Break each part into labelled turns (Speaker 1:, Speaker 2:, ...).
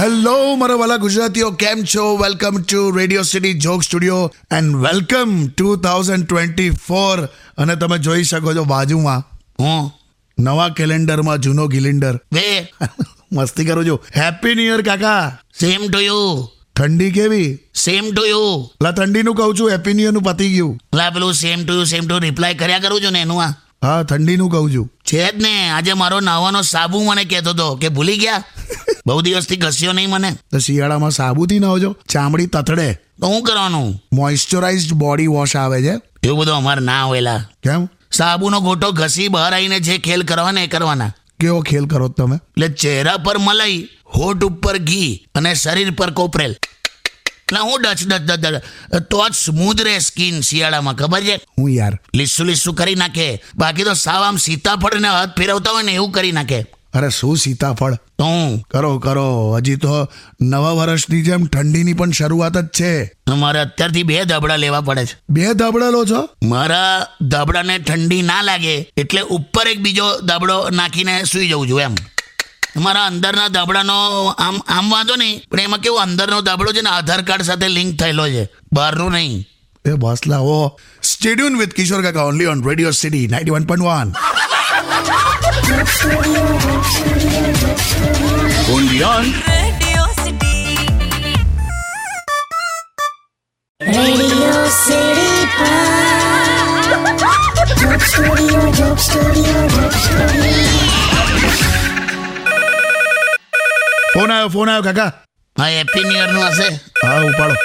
Speaker 1: Hello મારા વાલા ગુજરાતીઓ કેમ છો welcome to Radio City Joke Studio and welcome to thousand twenty four અને તમે જોઈ શકો છો બાજુમાં હું નવા કેલેન્ડરમાં જૂનો ગિલિન્ડર બે મસ્તી કરું છું હેપી ન્યુ યર કાકા
Speaker 2: સેમ ટુ યુ
Speaker 1: ઠંડી કેવી
Speaker 2: સેમ ટુ યુ
Speaker 1: લા ઠંડીનું કહું છું હેપી ન્યુ યરનું પતી ગયું
Speaker 2: લા પેલું same to you same to reply કર્યા કરું છું ને એનું આ
Speaker 1: હા ઠંડીનું કહું છું
Speaker 2: છે જ ને આજે મારો નાવાનો સાબુ મને કહેતો હતો કે ભૂલી ગયા બહુ દિવસથી ઘસ્યો નહીં મને
Speaker 1: તો શિયાળામાં સાબુથી ના હોજો ચામડી તતડે
Speaker 2: તો હું કરવાનું
Speaker 1: મોઇશ્ચરાઇઝડ બોડી વોશ આવે છે
Speaker 2: એવું બધું અમારે ના હોયલા
Speaker 1: કેમ
Speaker 2: સાબુનો ગોટો ઘસી બહાર આવીને જે ખેલ કરવાના એ કરવાના
Speaker 1: કેવો ખેલ કરો છો તમે
Speaker 2: એટલે ચહેરા પર મલાઈ હોઠ ઉપર ઘી અને શરીર પર કોપરેલ એટલે હું ડચ ડચ ડચ ડચ તો જ સ્મૂધ રહે સ્કિન શિયાળામાં ખબર છે
Speaker 1: હું યાર
Speaker 2: લીસું લીસું કરી નાખે બાકી તો સાવ આમ સીતાફળને હાથ ફેરવતા હોય ને એવું કરી નાખે
Speaker 1: અરે શું સીતાફળ
Speaker 2: તો હું
Speaker 1: કરો કરો હજી તો નવા વર્ષની જેમ ઠંડીની પણ શરૂઆત જ છે
Speaker 2: મારે અત્યારથી બે ધાબળા લેવા પડે છે
Speaker 1: બે ધાબળેલો છો
Speaker 2: મારા ધાબળાને ઠંડી ના લાગે એટલે ઉપર એક બીજો ધાબળો નાખીને સૂઈ જવું છું એમ મારા અંદરના ધાબળાનો આમ આમ વાંધો નહીં પણ એમાં કેવું અંદરનો ધાબળો છે ને આધાર કાર્ડ સાથે લિંક થયેલો છે બહારનો નહીં
Speaker 1: એ બસ લાવો સ્ટેડિયમ વિથ કિશોર કાકા only on radio city ninety one point one
Speaker 3: Radio City.
Speaker 4: Radio City Pod. Joke Studio, Joke Studio, Joke Studio.
Speaker 1: Phone આવ્યો ફોન આવ્યો કાકા
Speaker 2: હા હેપી ન્યુ યરનું હશે
Speaker 1: હા ઉપાડો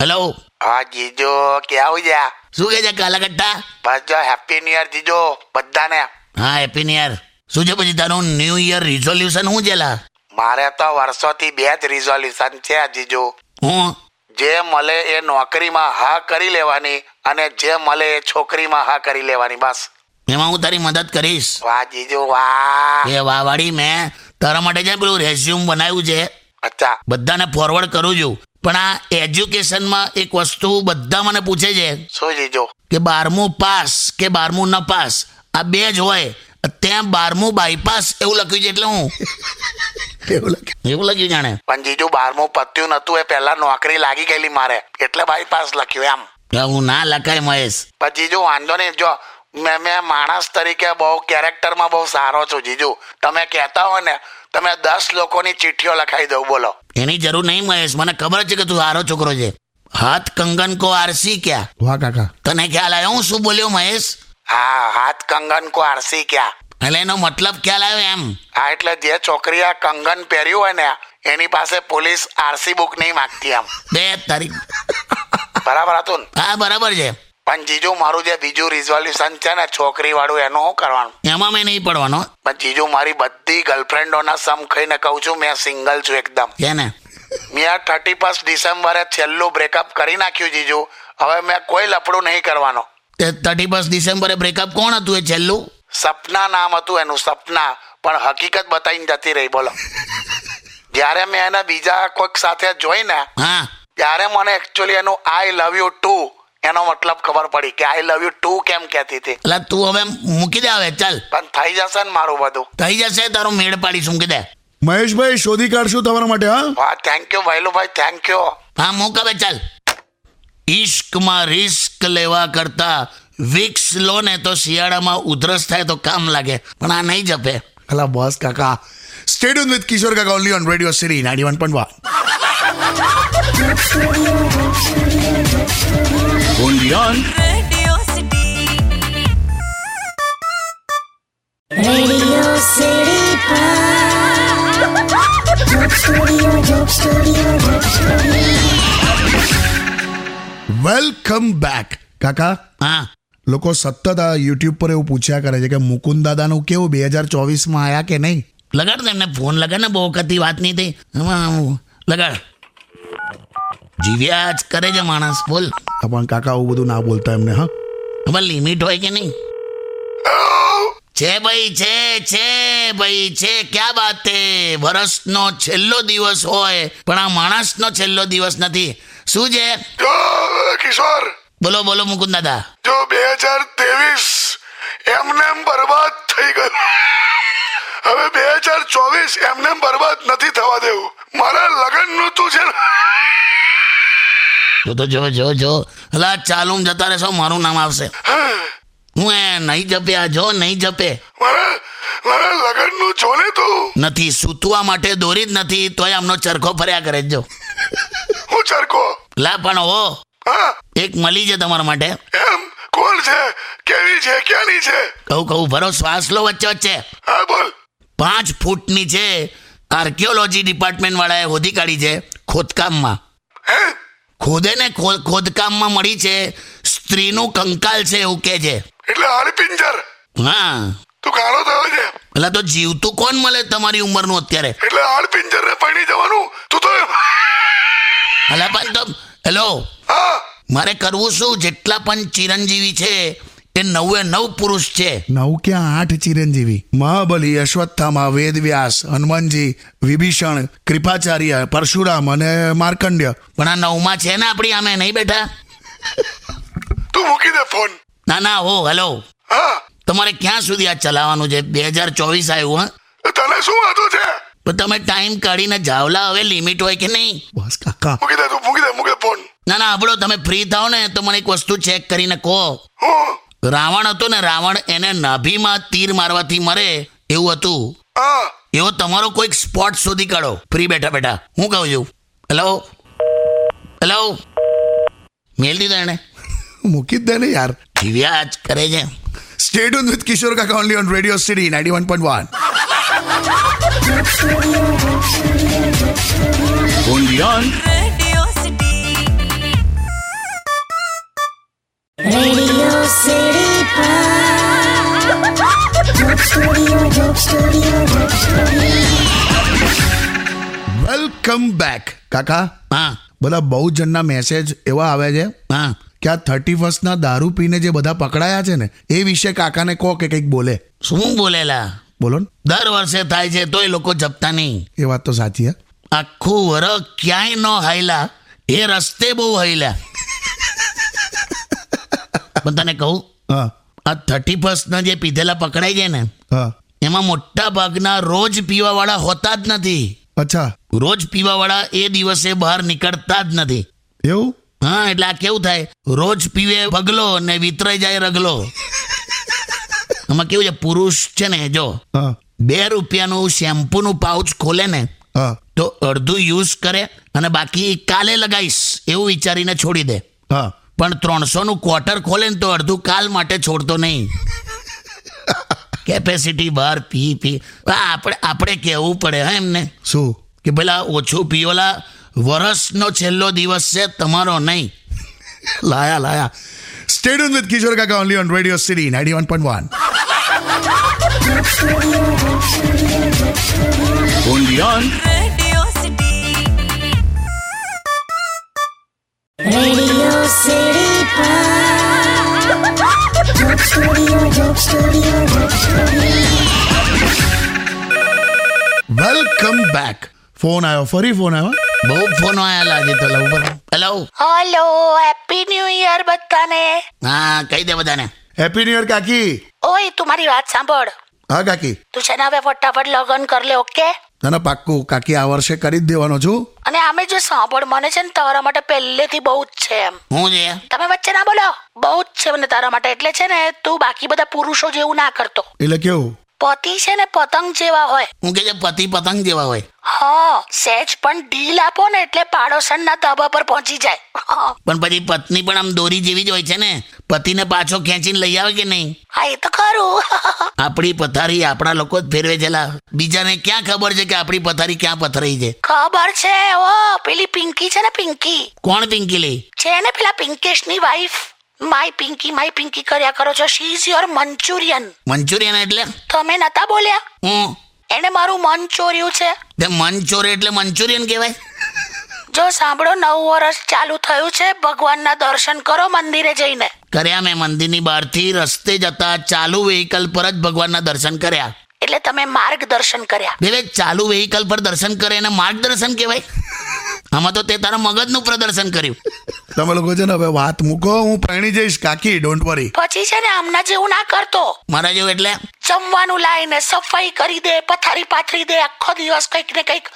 Speaker 2: હેલો
Speaker 5: હા જીજો કે આવજા
Speaker 2: શું કહે છે કાલાકટ્ટા
Speaker 5: બસ જો હેપી ન્યુ યર જીજો બધાને
Speaker 2: હા હેપી ન્યુ યર શું છે પછી તારું ન્યૂ યર રિઝોલ્યુશન શું છે લા
Speaker 5: મારે તો વર્ષોથી બે જ રિઝોલ્યુશન છે જીજો
Speaker 2: હું
Speaker 5: જે મળે એ નોકરીમાં હા કરી લેવાની અને જે મળે એ છોકરીમાં હા કરી લેવાની બસ
Speaker 2: એમાં હું તારી મદદ કરીશ
Speaker 5: વાહ જીજો વાહ
Speaker 2: એ વાવાડી મેં તારા માટે છે ને પેલું રેઝ્યુમ બનાવ્યું છે
Speaker 5: અચ્છા
Speaker 2: બધાને ફોરવર્ડ કરું છું પણ આ એજ્યુકેશનમાં એક વસ્તુ બધા મને પૂછે છે
Speaker 5: શું જીજો
Speaker 2: કે બારમું પાસ કે બારમું ન પાસ આ બે જ હોય ત્યાં બારમું બાયપાસ એવું લખ્યું છે એટલે હું
Speaker 1: એવું લાગે
Speaker 2: એવું લખ્યું જાણે
Speaker 5: પણ જીજુ બારમું પત્યું નતું એ પહેલા નોકરી લાગી ગયેલી મારે એટલે બાયપાસ લખ્યું એમ
Speaker 2: હું ના લખાય મહેશ
Speaker 5: પણ જીજુ વાંધો નહીં જો મેં મેં માણસ તરીકે બહુ કેરેક્ટરમાં બહુ સારો છું જીજુ તમે કહેતા હો ને તમે દસ લોકોની ચિઠ્ઠીઓ લખાઈ દઉં બોલો
Speaker 2: એની જરૂર નહીં મહેશ મને ખબર છે કે તું સારો છોકરો છે હાથ કંગન કો આરસી ક્યાં
Speaker 1: વાહ કાકા
Speaker 2: તને ખ્યાલ આવ્યો હું શું બોલ્યો મહેશ
Speaker 5: હા હાથ કંગન કો આરસી ક્યાં
Speaker 2: એટલે એનો મતલબ ખ્યાલ આવ્યો એમ
Speaker 5: હા એટલે જે છોકરીએ કંગન પહેર્યું હોય ને એની પાસે પોલીસ આરસી બુક નહીં માંગતી એમ
Speaker 2: બે તારીખ
Speaker 5: બરાબર હતું ને?
Speaker 2: હા બરાબર છે
Speaker 5: પણ જીજુ મારું જે બીજું રિઝોલ્યુશન છે ને છોકરી વાળું એનું શું કરવાનું
Speaker 2: એમાં મેં નહીં પડવાનો
Speaker 5: પણ જીજુ મારી બધી ગર્લફ્રેન્ડોના સમ ખાઈને કહું છું મેં સિંગલ છું એકદમ
Speaker 2: છે ને
Speaker 5: મેં થર્ટી ફર્સ્ટ ડિસેમ્બરે છેલ્લું બ્રેકઅપ કરી નાખ્યું જીજુ હવે મેં કોઈ લફડું નહીં કરવાનો
Speaker 2: તે થર્ટી ફર્સ્ટ ડિસેમ્બરે બ્રેકઅપ કોણ હતું એ છેલ્લું
Speaker 5: સપના નામ હતું એનું સપના પણ હકીકત બતાવીને જતી રહી બોલો જ્યારે મેં એને બીજા કોઈક સાથે જોઈ ને
Speaker 2: હા
Speaker 5: ત્યારે મને એકચ્યુઅલી એનું આઈ લવ યુ ટુ એનો મતલબ ખબર પડી કે આઈ લવ યુ ટુ કેમ કહેતી હતી
Speaker 2: એટલે તું હવે મૂકી દે હવે ચાલ
Speaker 5: પણ થઈ જશે ને મારું બધું
Speaker 2: થઈ જશે તારો મેળ પાડીશ મૂકી દે
Speaker 1: મહેશભાઈ શોધી કાઢશું તમારા માટે હા
Speaker 5: વાહ થેન્ક યુ ભાઈલુભાઈ થેન્ક યુ
Speaker 2: હા મૂક હવે ચાલ ઈશ્કમાં રિસ્ક લેવા કરતા વિક્સ લો ને તો શિયાળામાં ઉધરસ થાય તો કામ લાગે પણ આ નહીં જપે
Speaker 1: અલા બસ કાકા સ્ટેડિયમ વિથ કિશોર કાકા only on radio city ninety one point one
Speaker 3: Radio City.
Speaker 4: Radio City Pod. Joke Studio, Joke Studio, Joke Studio.
Speaker 1: Welcome back કાકા
Speaker 2: હા
Speaker 1: લોકો સતત આ યુટ્યુબ પર એવું પૂછ્યા કરે છે કે મુકુંદ દાદાનું કેવું બે હજાર ચોવીસમાં આયા કે નહીં
Speaker 2: લગાડ ને એમને ફોન લગાડ ને બહુ વખતથી વાત નહીં થઈ હમ, લગાડ જીવ્યા જ કરે છે માણસ બોલ
Speaker 1: હા, પણ કાકા આવું બધું ના બોલતા એમને હા
Speaker 2: હવે લિમિટ હોય કે નહીં છે ભાઈ છે છે ભાઈ છે ક્યાં વાત હે વર્ષનો છેલ્લો દિવસ હોય પણ આ માણસનો છેલ્લો દિવસ નથી શું છે
Speaker 5: જો કિશોર
Speaker 2: બોલો બોલો મુકુંદ દાદા
Speaker 5: જો બે હજાર ત્રેવીસ એમને બરબાદ થઈ ગયું હવે બે હજાર ચોવીસ એમને બરબાદ નથી થવા દેવું મારા લગ્નનું તું છે ને
Speaker 2: જો તો જો જો જો અલા ચાલુ ને જતા રહેશો મારું નામ આવશે હું એ નહીં જપે આ જો નહીં જપે
Speaker 5: મારા મારા લગ્નનું જો ને તું
Speaker 2: નથી સૂતવા માટે દોરી જ નથી તોય આમનો ચરખો ફર્યા કરે જ જો
Speaker 5: હું ચરકો
Speaker 2: લા પણ હો
Speaker 5: હા
Speaker 2: એક મળી છે તમારા માટે
Speaker 5: એમ કોણ છે કેવી છે ક્યાંની છે
Speaker 2: કહું કહું ભરો શ્વાસ લો વચ્ચે વચ્ચે
Speaker 5: હા બોલ
Speaker 2: પાંચ ફૂટની છે આર્કિયોલોજી ડિપાર્ટમેન્ટ વાળાએ હોધી કાઢી છે ખોદકામમાં
Speaker 5: હે
Speaker 2: ખોદે ને ખો- ખોદકામમાં મળી છે સ્ત્રીનું કંકાલ છે એવું કે છે
Speaker 5: એટલે હાડપિંજર
Speaker 2: હા
Speaker 5: તું કાળો થયો છે
Speaker 2: એટલે તો જીવતું કોણ મળે તમારી ઉંમરનું અત્યારે
Speaker 5: એટલે હાડપિંજર ને પડી જવાનું તું તો
Speaker 2: અલા પણ તમ હેલો
Speaker 5: હા
Speaker 2: મારે કરવું શું જેટલા પણ ચિરંજીવી છે એ નવે નવ પુરુષ છે
Speaker 1: નવ ક્યાં આઠ ચિરંજીવી મહાબલી અશ્વત્થામા વેદવ્યાસ હનુમાનજી વિભીષણ કૃપાચાર્ય પરશુરામ અને માર્કંડ્ય
Speaker 2: પણ આ નવમાં છે ને આપણી આમે નહીં બેઠા
Speaker 5: તું મૂકી દે ફોન
Speaker 2: ના ના હો હેલો
Speaker 5: હા
Speaker 2: તમારે ક્યાં સુધી આ ચલાવવાનું છે બે હજાર ચોવીસ આવ્યું હા
Speaker 5: તને શું વાંધો છે
Speaker 2: પણ તમે ટાઈમ કાઢીને જાવલા હવે લિમિટ હોય કે નહીં
Speaker 1: બસ કાકા
Speaker 5: મૂકી દે તું મૂકી દે મૂકી દે ફોન
Speaker 2: ના ના આપણો તમે ફ્રી થાઓ ને તો મને એક વસ્તુ ચેક કરીને કહો
Speaker 5: હું
Speaker 2: રાવણ હતો ને રાવણ એને નાભીમાં તીર મારવાથી મરે એવું હતું
Speaker 5: હા
Speaker 2: એવો તમારો કોઈક સ્પોટ શોધી કાઢો ફ્રી બેઠા બેઠા હું કહું છું હેલો હેલો મેલ દીધો એણે
Speaker 1: મૂકી જ દે ને યાર
Speaker 2: જીવ્યા જ કરે છે
Speaker 1: સ્ટેટ વિથ કિશોર કાકા only on radio city ninety one point one
Speaker 3: Radio City.
Speaker 4: Radio City Pod. Joke Studio, Joke Studio, Joke Studio.
Speaker 1: Welcome back કાકા
Speaker 2: હા
Speaker 1: બધા બહુ જણના મેસેજ એવા આવે છે
Speaker 2: હા
Speaker 1: કે આ થર્ટી ફર્સ્ટના દારૂ પીને જે બધા પકડાયા છે ને એ વિશે કાકાને કહો કે કંઈક બોલે
Speaker 2: શું બોલેલા
Speaker 1: બોલો ને
Speaker 2: દર વર્ષે થાય છે તોય લોકો જપતા નહીં
Speaker 1: એ વાત તો સાચી હે
Speaker 2: આખું વર ક્યાંય ન હાયલા એ રસ્તે બહુ હાયલા પણ તને કહું
Speaker 1: હા
Speaker 2: આ થર્ટી ફર્સ્ટના જે પીધેલા પકડાઈ જાય ને
Speaker 1: હા
Speaker 2: એમાં મોટા ભાગના રોજ પીવાવાળા હોતા જ નથી
Speaker 1: અચ્છા
Speaker 2: રોજ પીવાવાળા એ દિવસે બહાર નીકળતા જ નથી
Speaker 1: એવું
Speaker 2: હા એટલે આ કેવું થાય રોજ પીવે પગલો ને વિતરાઈ જાય રગલો આમાં કેવું છે પુરુષ છે ને જો
Speaker 1: હા
Speaker 2: બે રૂપિયાનું શેમ્પૂનું પાઉચ ખોલે ને
Speaker 1: હા
Speaker 2: તો અડધું યુઝ કરે અને બાકી કાલે લગાવીશ એવું વિચારીને છોડી દે
Speaker 1: હા
Speaker 2: પણ ત્રણસોનું ક્વાર્ટર ખોલે ને તો અડધું કાલ માટે છોડતો નહીં કેપેસિટી બહાર પી પી આ આપણે આપણે કહેવું પડે હા એમને
Speaker 1: શું
Speaker 2: કે પેલા ઓછું પીઓલા વરસનો છેલ્લો દિવસ છે તમારો નહીં
Speaker 1: લાયા લાયા સ્ટેડ વિથ કિશોર કાકા only on radio city ninety one point one
Speaker 3: Radio City.
Speaker 4: Radio City Pod. Joke Studio, Joke Studio, Joke Studio.
Speaker 1: Welcome back phone આવ્યો ફરી ફોન આવ્યો
Speaker 2: બહુ ફોનો આયા આજે તો love hello
Speaker 6: hello happy new year બધાને
Speaker 2: હા કહી દે બધાને
Speaker 1: હેપી ન્યુ યર કાકી
Speaker 6: ઓય તું મારી વાત સાંભળ
Speaker 1: હા કાકી
Speaker 6: તું છે ને હવે ફટાફટ લગન કર લે ઓકે
Speaker 1: ના ના પાક્કું કાકી આ વર્ષે કરી જ દેવાનો છું
Speaker 6: અને આમે જો સાંભળ મને છે ને તારા માટે પહેલેથી બહુ જ છે એમ
Speaker 2: હું છે
Speaker 6: તમે વચ્ચે ના બોલો બહુ જ છે મને તારા માટે એટલે છે ને તું બાકી બધા પુરુષો જેવું ના કરતો
Speaker 1: એટલે કેવું
Speaker 6: પતિ છે ને પતંગ જેવા હોય
Speaker 2: હું કે છે પતિ પતંગ જેવા હોય
Speaker 6: હા સેજ પણ ડીલ આપો ને એટલે પાડોશણના ધાબા પર પહોંચી જાય
Speaker 2: પણ પછી પત્ની પણ આમ દોરી જેવી જ હોય છે ને પતિને પાછો ખેંચીને લઈ આવે કે નહીં
Speaker 6: હા એ તો ખરું
Speaker 2: આપણી પથારી આપણા લોકો જ ફેરવે છે લા. બીજાને ક્યાં ખબર છે કે આપણી પથારી ક્યાં પથરાઈ છે
Speaker 6: ખબર છે ઓ પેલી પિંકી છે ને પિંકી
Speaker 2: કોણ પિંકીલી
Speaker 6: છે ને પેલા પિંકેશની wife my Pinky my Pinky કર્યા કરો છો she is your Manchurian
Speaker 2: Manchurian એટલે
Speaker 6: તમે નતા બોલ્યા
Speaker 2: હું
Speaker 6: એને મારું મન ચોર્યું છે
Speaker 2: તે મનચોર એટલે મંચુરિયન કહેવાય
Speaker 6: જો સાંભળો નવ વર્ષ ચાલુ થયું છે ભગવાનના દર્શન કરો મંદિરે જઈને
Speaker 2: કર્યા મેં મંદિરની બહારથી રસ્તે જતા ચાલુ વેહિકલ પર જ ભગવાનના દર્શન કર્યા
Speaker 6: એટલે તમે માર્ગ દર્શન કર્યા
Speaker 2: બે ચાલુ વેહિકલ પર દર્શન કરે એને માર્ગદર્શન કહેવાય આમાં તો તે તારા મગજનું પ્રદર્શન કર્યું
Speaker 1: તમે લોકો છે ને હવે વાત મૂકો હું પરણી જઈશ કાકી ડોન્ટ વરી
Speaker 6: પછી છે ને આમના જેવું ના કરતો
Speaker 2: મારા જેવું એટલે
Speaker 6: જમવાનું લાઈને સફાઈ કરી દે પથારી પાથરી દે આખો દિવસ કંઈક ને કંઈક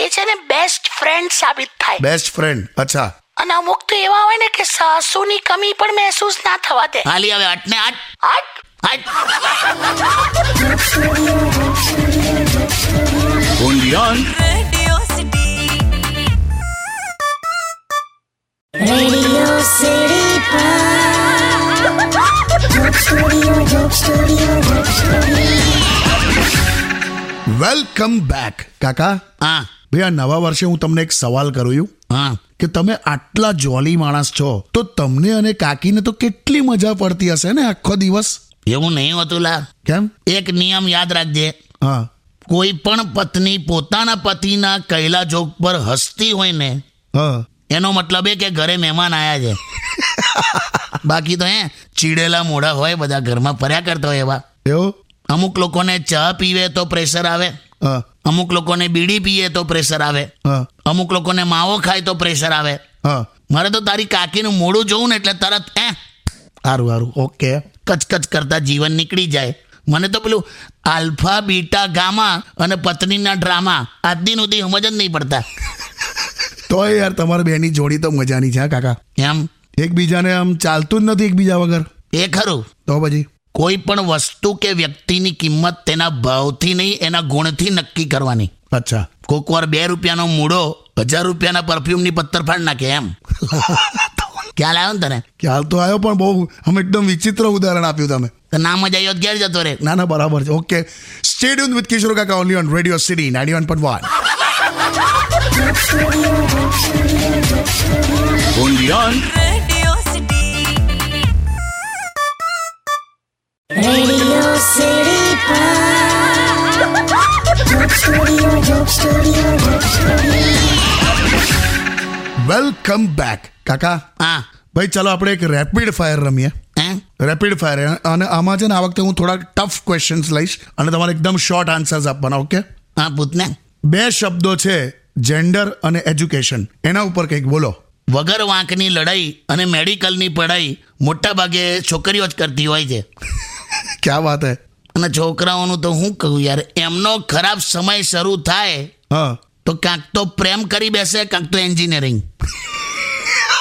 Speaker 6: એ છે ને બેસ્ટ ફ્રેન્ડ સાબિત થાય
Speaker 1: બેસ્ટ ફ્રેન્ડ અચ્છા
Speaker 6: અને અમુક તો એવા હોય ને કે સાસુની કમી પણ મહેસૂસ ના થવા દે
Speaker 2: હાલી હવે આઠ ને આઠ
Speaker 6: હટ
Speaker 2: આઠ
Speaker 5: only on
Speaker 3: Radio City.
Speaker 4: Radio City Pod. Joke Studio, Joke Studio, Joke Studio.
Speaker 1: Welcome back કાકા
Speaker 2: હા
Speaker 1: ભાઈ આ નવા વર્ષે હું તમને એક સવાલ કરું છું
Speaker 2: હા
Speaker 1: કે તમે આટલા જોલી માણસ છો તો તમને અને કાકીને તો કેટલી મજા પડતી હશે ને આખો દિવસ
Speaker 2: એવું નહીં હોતું લા
Speaker 1: કેમ
Speaker 2: એક નિયમ યાદ રાખજે
Speaker 1: હા
Speaker 2: કોઈ પણ પત્ની પોતાના પતિના કૈલા જોગ પર હસતી હોય ને
Speaker 1: હા
Speaker 2: એનો મતલબ એ કે ઘરે મહેમાન આયા છે બાકી તો હે ચીડેલા મોઢા હોય બધા ઘરમાં ફર્યા કરતા હોય એવા
Speaker 1: એવો
Speaker 2: અમુક લોકોને ચા પીવે તો પ્રેશર આવે
Speaker 1: હા
Speaker 2: અમુક લોકોને બીડી પીએ તો પ્રેશર આવે
Speaker 1: હા
Speaker 2: અમુક લોકોને માવો ખાય તો પ્રેશર આવે
Speaker 1: હા
Speaker 2: મારે તો તારી કાકીનું મોઢું જોવું ને એટલે તરત હે
Speaker 1: સારું સારું ઓકે
Speaker 2: કચકચ કરતા જીવન નીકળી જાય મને તો પેલું આલ્ફા બીટા ગામા અને પત્નીના ડ્રામા આજ દિન સુધી સમજ જ નહીં પડતા
Speaker 1: તો યાર તમારા બેની જોડી તો મજાની છે હા કાકા
Speaker 2: એમ
Speaker 1: એકબીજાને આમ ચાલતું જ નથી એકબીજા વગર
Speaker 2: એ ખરું
Speaker 1: તો પછી
Speaker 2: કોઈ પણ વસ્તુ કે વ્યક્તિની કિંમત તેના ભાવથી નહીં એના ગુણથી નક્કી કરવાની
Speaker 1: અચ્છા
Speaker 2: કોક વાર બે રૂપિયાનો મૂડો હજાર રૂપિયાના પરફ્યુમની પથ્થરફાડ નાખે એમ ખ્યાલ આવ્યો ને તને
Speaker 1: ખ્યાલ તો આવ્યો પણ બહુ આમ એકદમ વિચિત્ર ઉદાહરણ આપ્યું તમે
Speaker 2: તો ના મજા આવ્યો તો ઘેર જતો રે
Speaker 1: ના ના બરાબર છે ઓકે સ્ટેડિયમ વિથ કિશોર કાકા only on radio city ninety one point one
Speaker 5: only on
Speaker 3: Radio City.
Speaker 4: Radio City Pod. Joke Studio, Joke Studio, Joke Studio.
Speaker 1: Welcome back કાકા
Speaker 2: હા
Speaker 1: ભાઈ ચાલો આપણે એક રેપિડ ફાયર રમીએ
Speaker 2: હે
Speaker 1: રેપિડ ફાયર અને આમાં છે ને આ વખતે હું થોડા ટફ ક્વેશ્ચન્સ લઈશ અને તમારે એકદમ શોર્ટ આન્સર્સ આપવાના ઓકે
Speaker 2: હા પૂતને
Speaker 1: બે શબ્દો છે જેન્ડર અને એજ્યુકેશન એના ઉપર કંઈક બોલો
Speaker 2: વગર વાંકની લડાઈ અને મેડિકલની પઢાઈ મોટા ભાગે છોકરીઓ જ કરતી હોય છે
Speaker 1: ક્યાં વાત હે
Speaker 2: અને છોકરાઓનું તો હું કહું યાર એમનો ખરાબ સમય શરૂ થાય
Speaker 1: હા
Speaker 2: તો કાંક તો પ્રેમ કરી બેસે કાંક તો એન્જિનિયરિંગ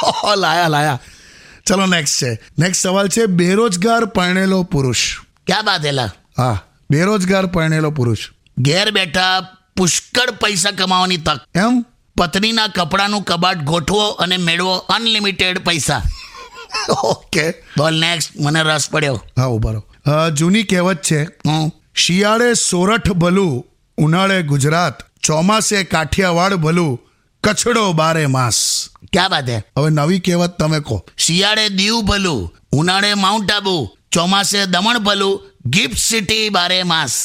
Speaker 1: ઓહો, લાયા લાયા ચલો નેક્સ્ટ છે નેક્સ્ટ સવાલ છે બેરોજગાર પરણેલો પુરુષ
Speaker 2: ક્યાં બાત હેલા
Speaker 1: હા બેરોજગાર પરણેલો પુરુષ
Speaker 2: ઘેર બેઠા પુષ્કળ પૈસા કમાવાની તક
Speaker 1: એમ
Speaker 2: પત્નીના કપડાનું કબાટ ગોઠવો અને મેળવો અનલિમિટેડ પૈસા
Speaker 1: ઓકે
Speaker 2: બોલ નેક્સ્ટ મને રસ પડ્યો
Speaker 1: હા ઉભા રહો અ, જૂની કહેવત છે
Speaker 2: હું
Speaker 1: શિયાળે સોરઠ ભલું ઉનાળે ગુજરાત ચોમાસે કાઠિયાવાડ ભલું કચડો બારે માસ
Speaker 2: ક્યાં બાત હે
Speaker 1: હવે નવી કહેવત તમે કહો
Speaker 2: શિયાળે દીવ ભલું ઉનાળે માઉન્ટ આબુ ચોમાસે દમણ ભલું ગિફ્ટ સિટી બારે માસ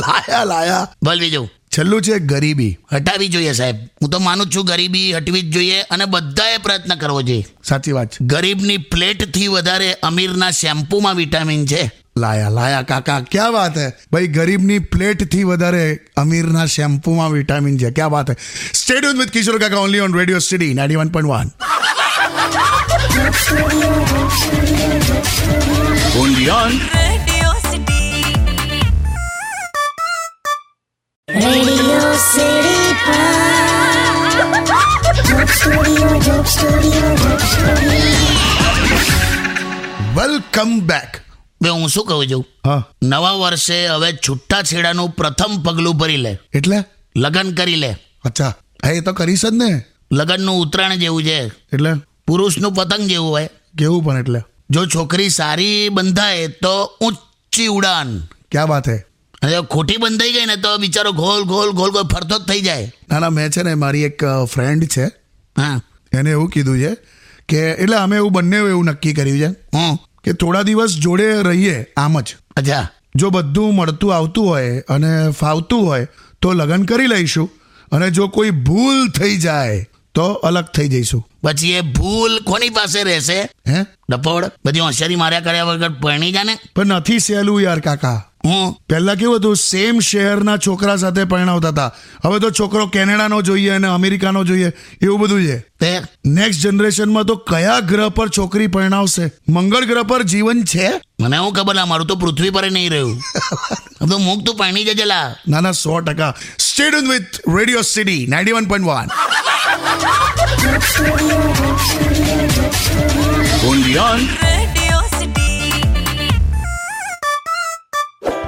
Speaker 1: લાયા લાયા
Speaker 2: બોલ બીજું
Speaker 1: છેલ્લું છે ગરીબી
Speaker 2: હટાવી જોઈએ સાહેબ હું તો માનું જ છું ગરીબી હટવી જ જોઈએ અને બધાએ પ્રયત્ન કરવો જોઈએ
Speaker 1: સાચી વાત છે
Speaker 2: ગરીબની પ્લેટથી વધારે અમીરના શેમ્પૂમાં વિટામિન છે
Speaker 1: લાયા લાયા કાકા ક્યાં વાત હે ભાઈ ગરીબની પ્લેટથી વધારે અમીરના શેમ્પૂમાં વિટામિન છે ક્યાં વાત હે સ્ટેડિયમ વિથ કિશોર કાકા only on radio city ninety one point one
Speaker 5: only on
Speaker 3: Radio City.
Speaker 4: Radio City Pod. Joke Studio, Joke Studio, Joke Studio.
Speaker 1: Welcome back
Speaker 2: બે હું શું કહું છું
Speaker 1: હા
Speaker 2: નવા વર્ષે હવે છૂટાછેડાનું પ્રથમ પગલું ભરી લે
Speaker 1: એટલે
Speaker 2: લગ્ન કરી લે
Speaker 1: અચ્છા હા એ તો કરીશ જ ને
Speaker 2: લગ્નનું ઉત્તરાયણ જેવું છે
Speaker 1: એટલે
Speaker 2: પુરુષનું પતંગ જેવું હોય
Speaker 1: કેવું પણ એટલે
Speaker 2: જો છોકરી સારી બંધાય તો ઊંચી ઉડાન
Speaker 1: ક્યાં વાત હે
Speaker 2: અને જો ખોટી બંધાઈ ગઈ ને તો બિચારો ગોલ ગોલ ગોલ ગોલ ફરતો જ થઈ જાય
Speaker 1: ના ના મેં છે ને મારી એક ફ્રેન્ડ છે
Speaker 2: હા
Speaker 1: એને એવું કીધું છે કે એટલે અમે એવું બંને એવું નક્કી કર્યું છે
Speaker 2: હું
Speaker 1: કે થોડા દિવસ જોડે રહીએ આમ જ
Speaker 2: અચ્છા
Speaker 1: જો બધું મળતું આવતું હોય અને ફાવતું હોય તો લગ્ન કરી લઈશું અને જો કોઈ ભૂલ થઈ જાય તો અલગ થઈ જઈશું
Speaker 2: પછી એ ભૂલ કોની પાસે રહેશે
Speaker 1: હે
Speaker 2: ડપોડ બધી હોશિયારી માર્યા કર્યા વગર પરણી જાને
Speaker 1: પણ નથી સહેલું યાર કાકા
Speaker 2: હું
Speaker 1: પહેલા કેવું હતું સેમ શહેરના છોકરા સાથે પરણાવતા હતા હવે તો છોકરો કેનેડાનો જોઈએ અને અમેરિકાનો જોઈએ એવું બધું છે
Speaker 2: તે
Speaker 1: નેક્સ્ટ જનરેશનમાં તો કયા ગ્રહ પર છોકરી પરણાવશે મંગળ ગ્રહ પર જીવન છે
Speaker 2: મને હું ખબર આ મારું તો પૃથ્વી પર નહીં રહ્યું આ તો મૂક તું પાણી જજે લા
Speaker 1: ના ના સો ટકા stadium with Radio city ninety one point one
Speaker 3: Radio City.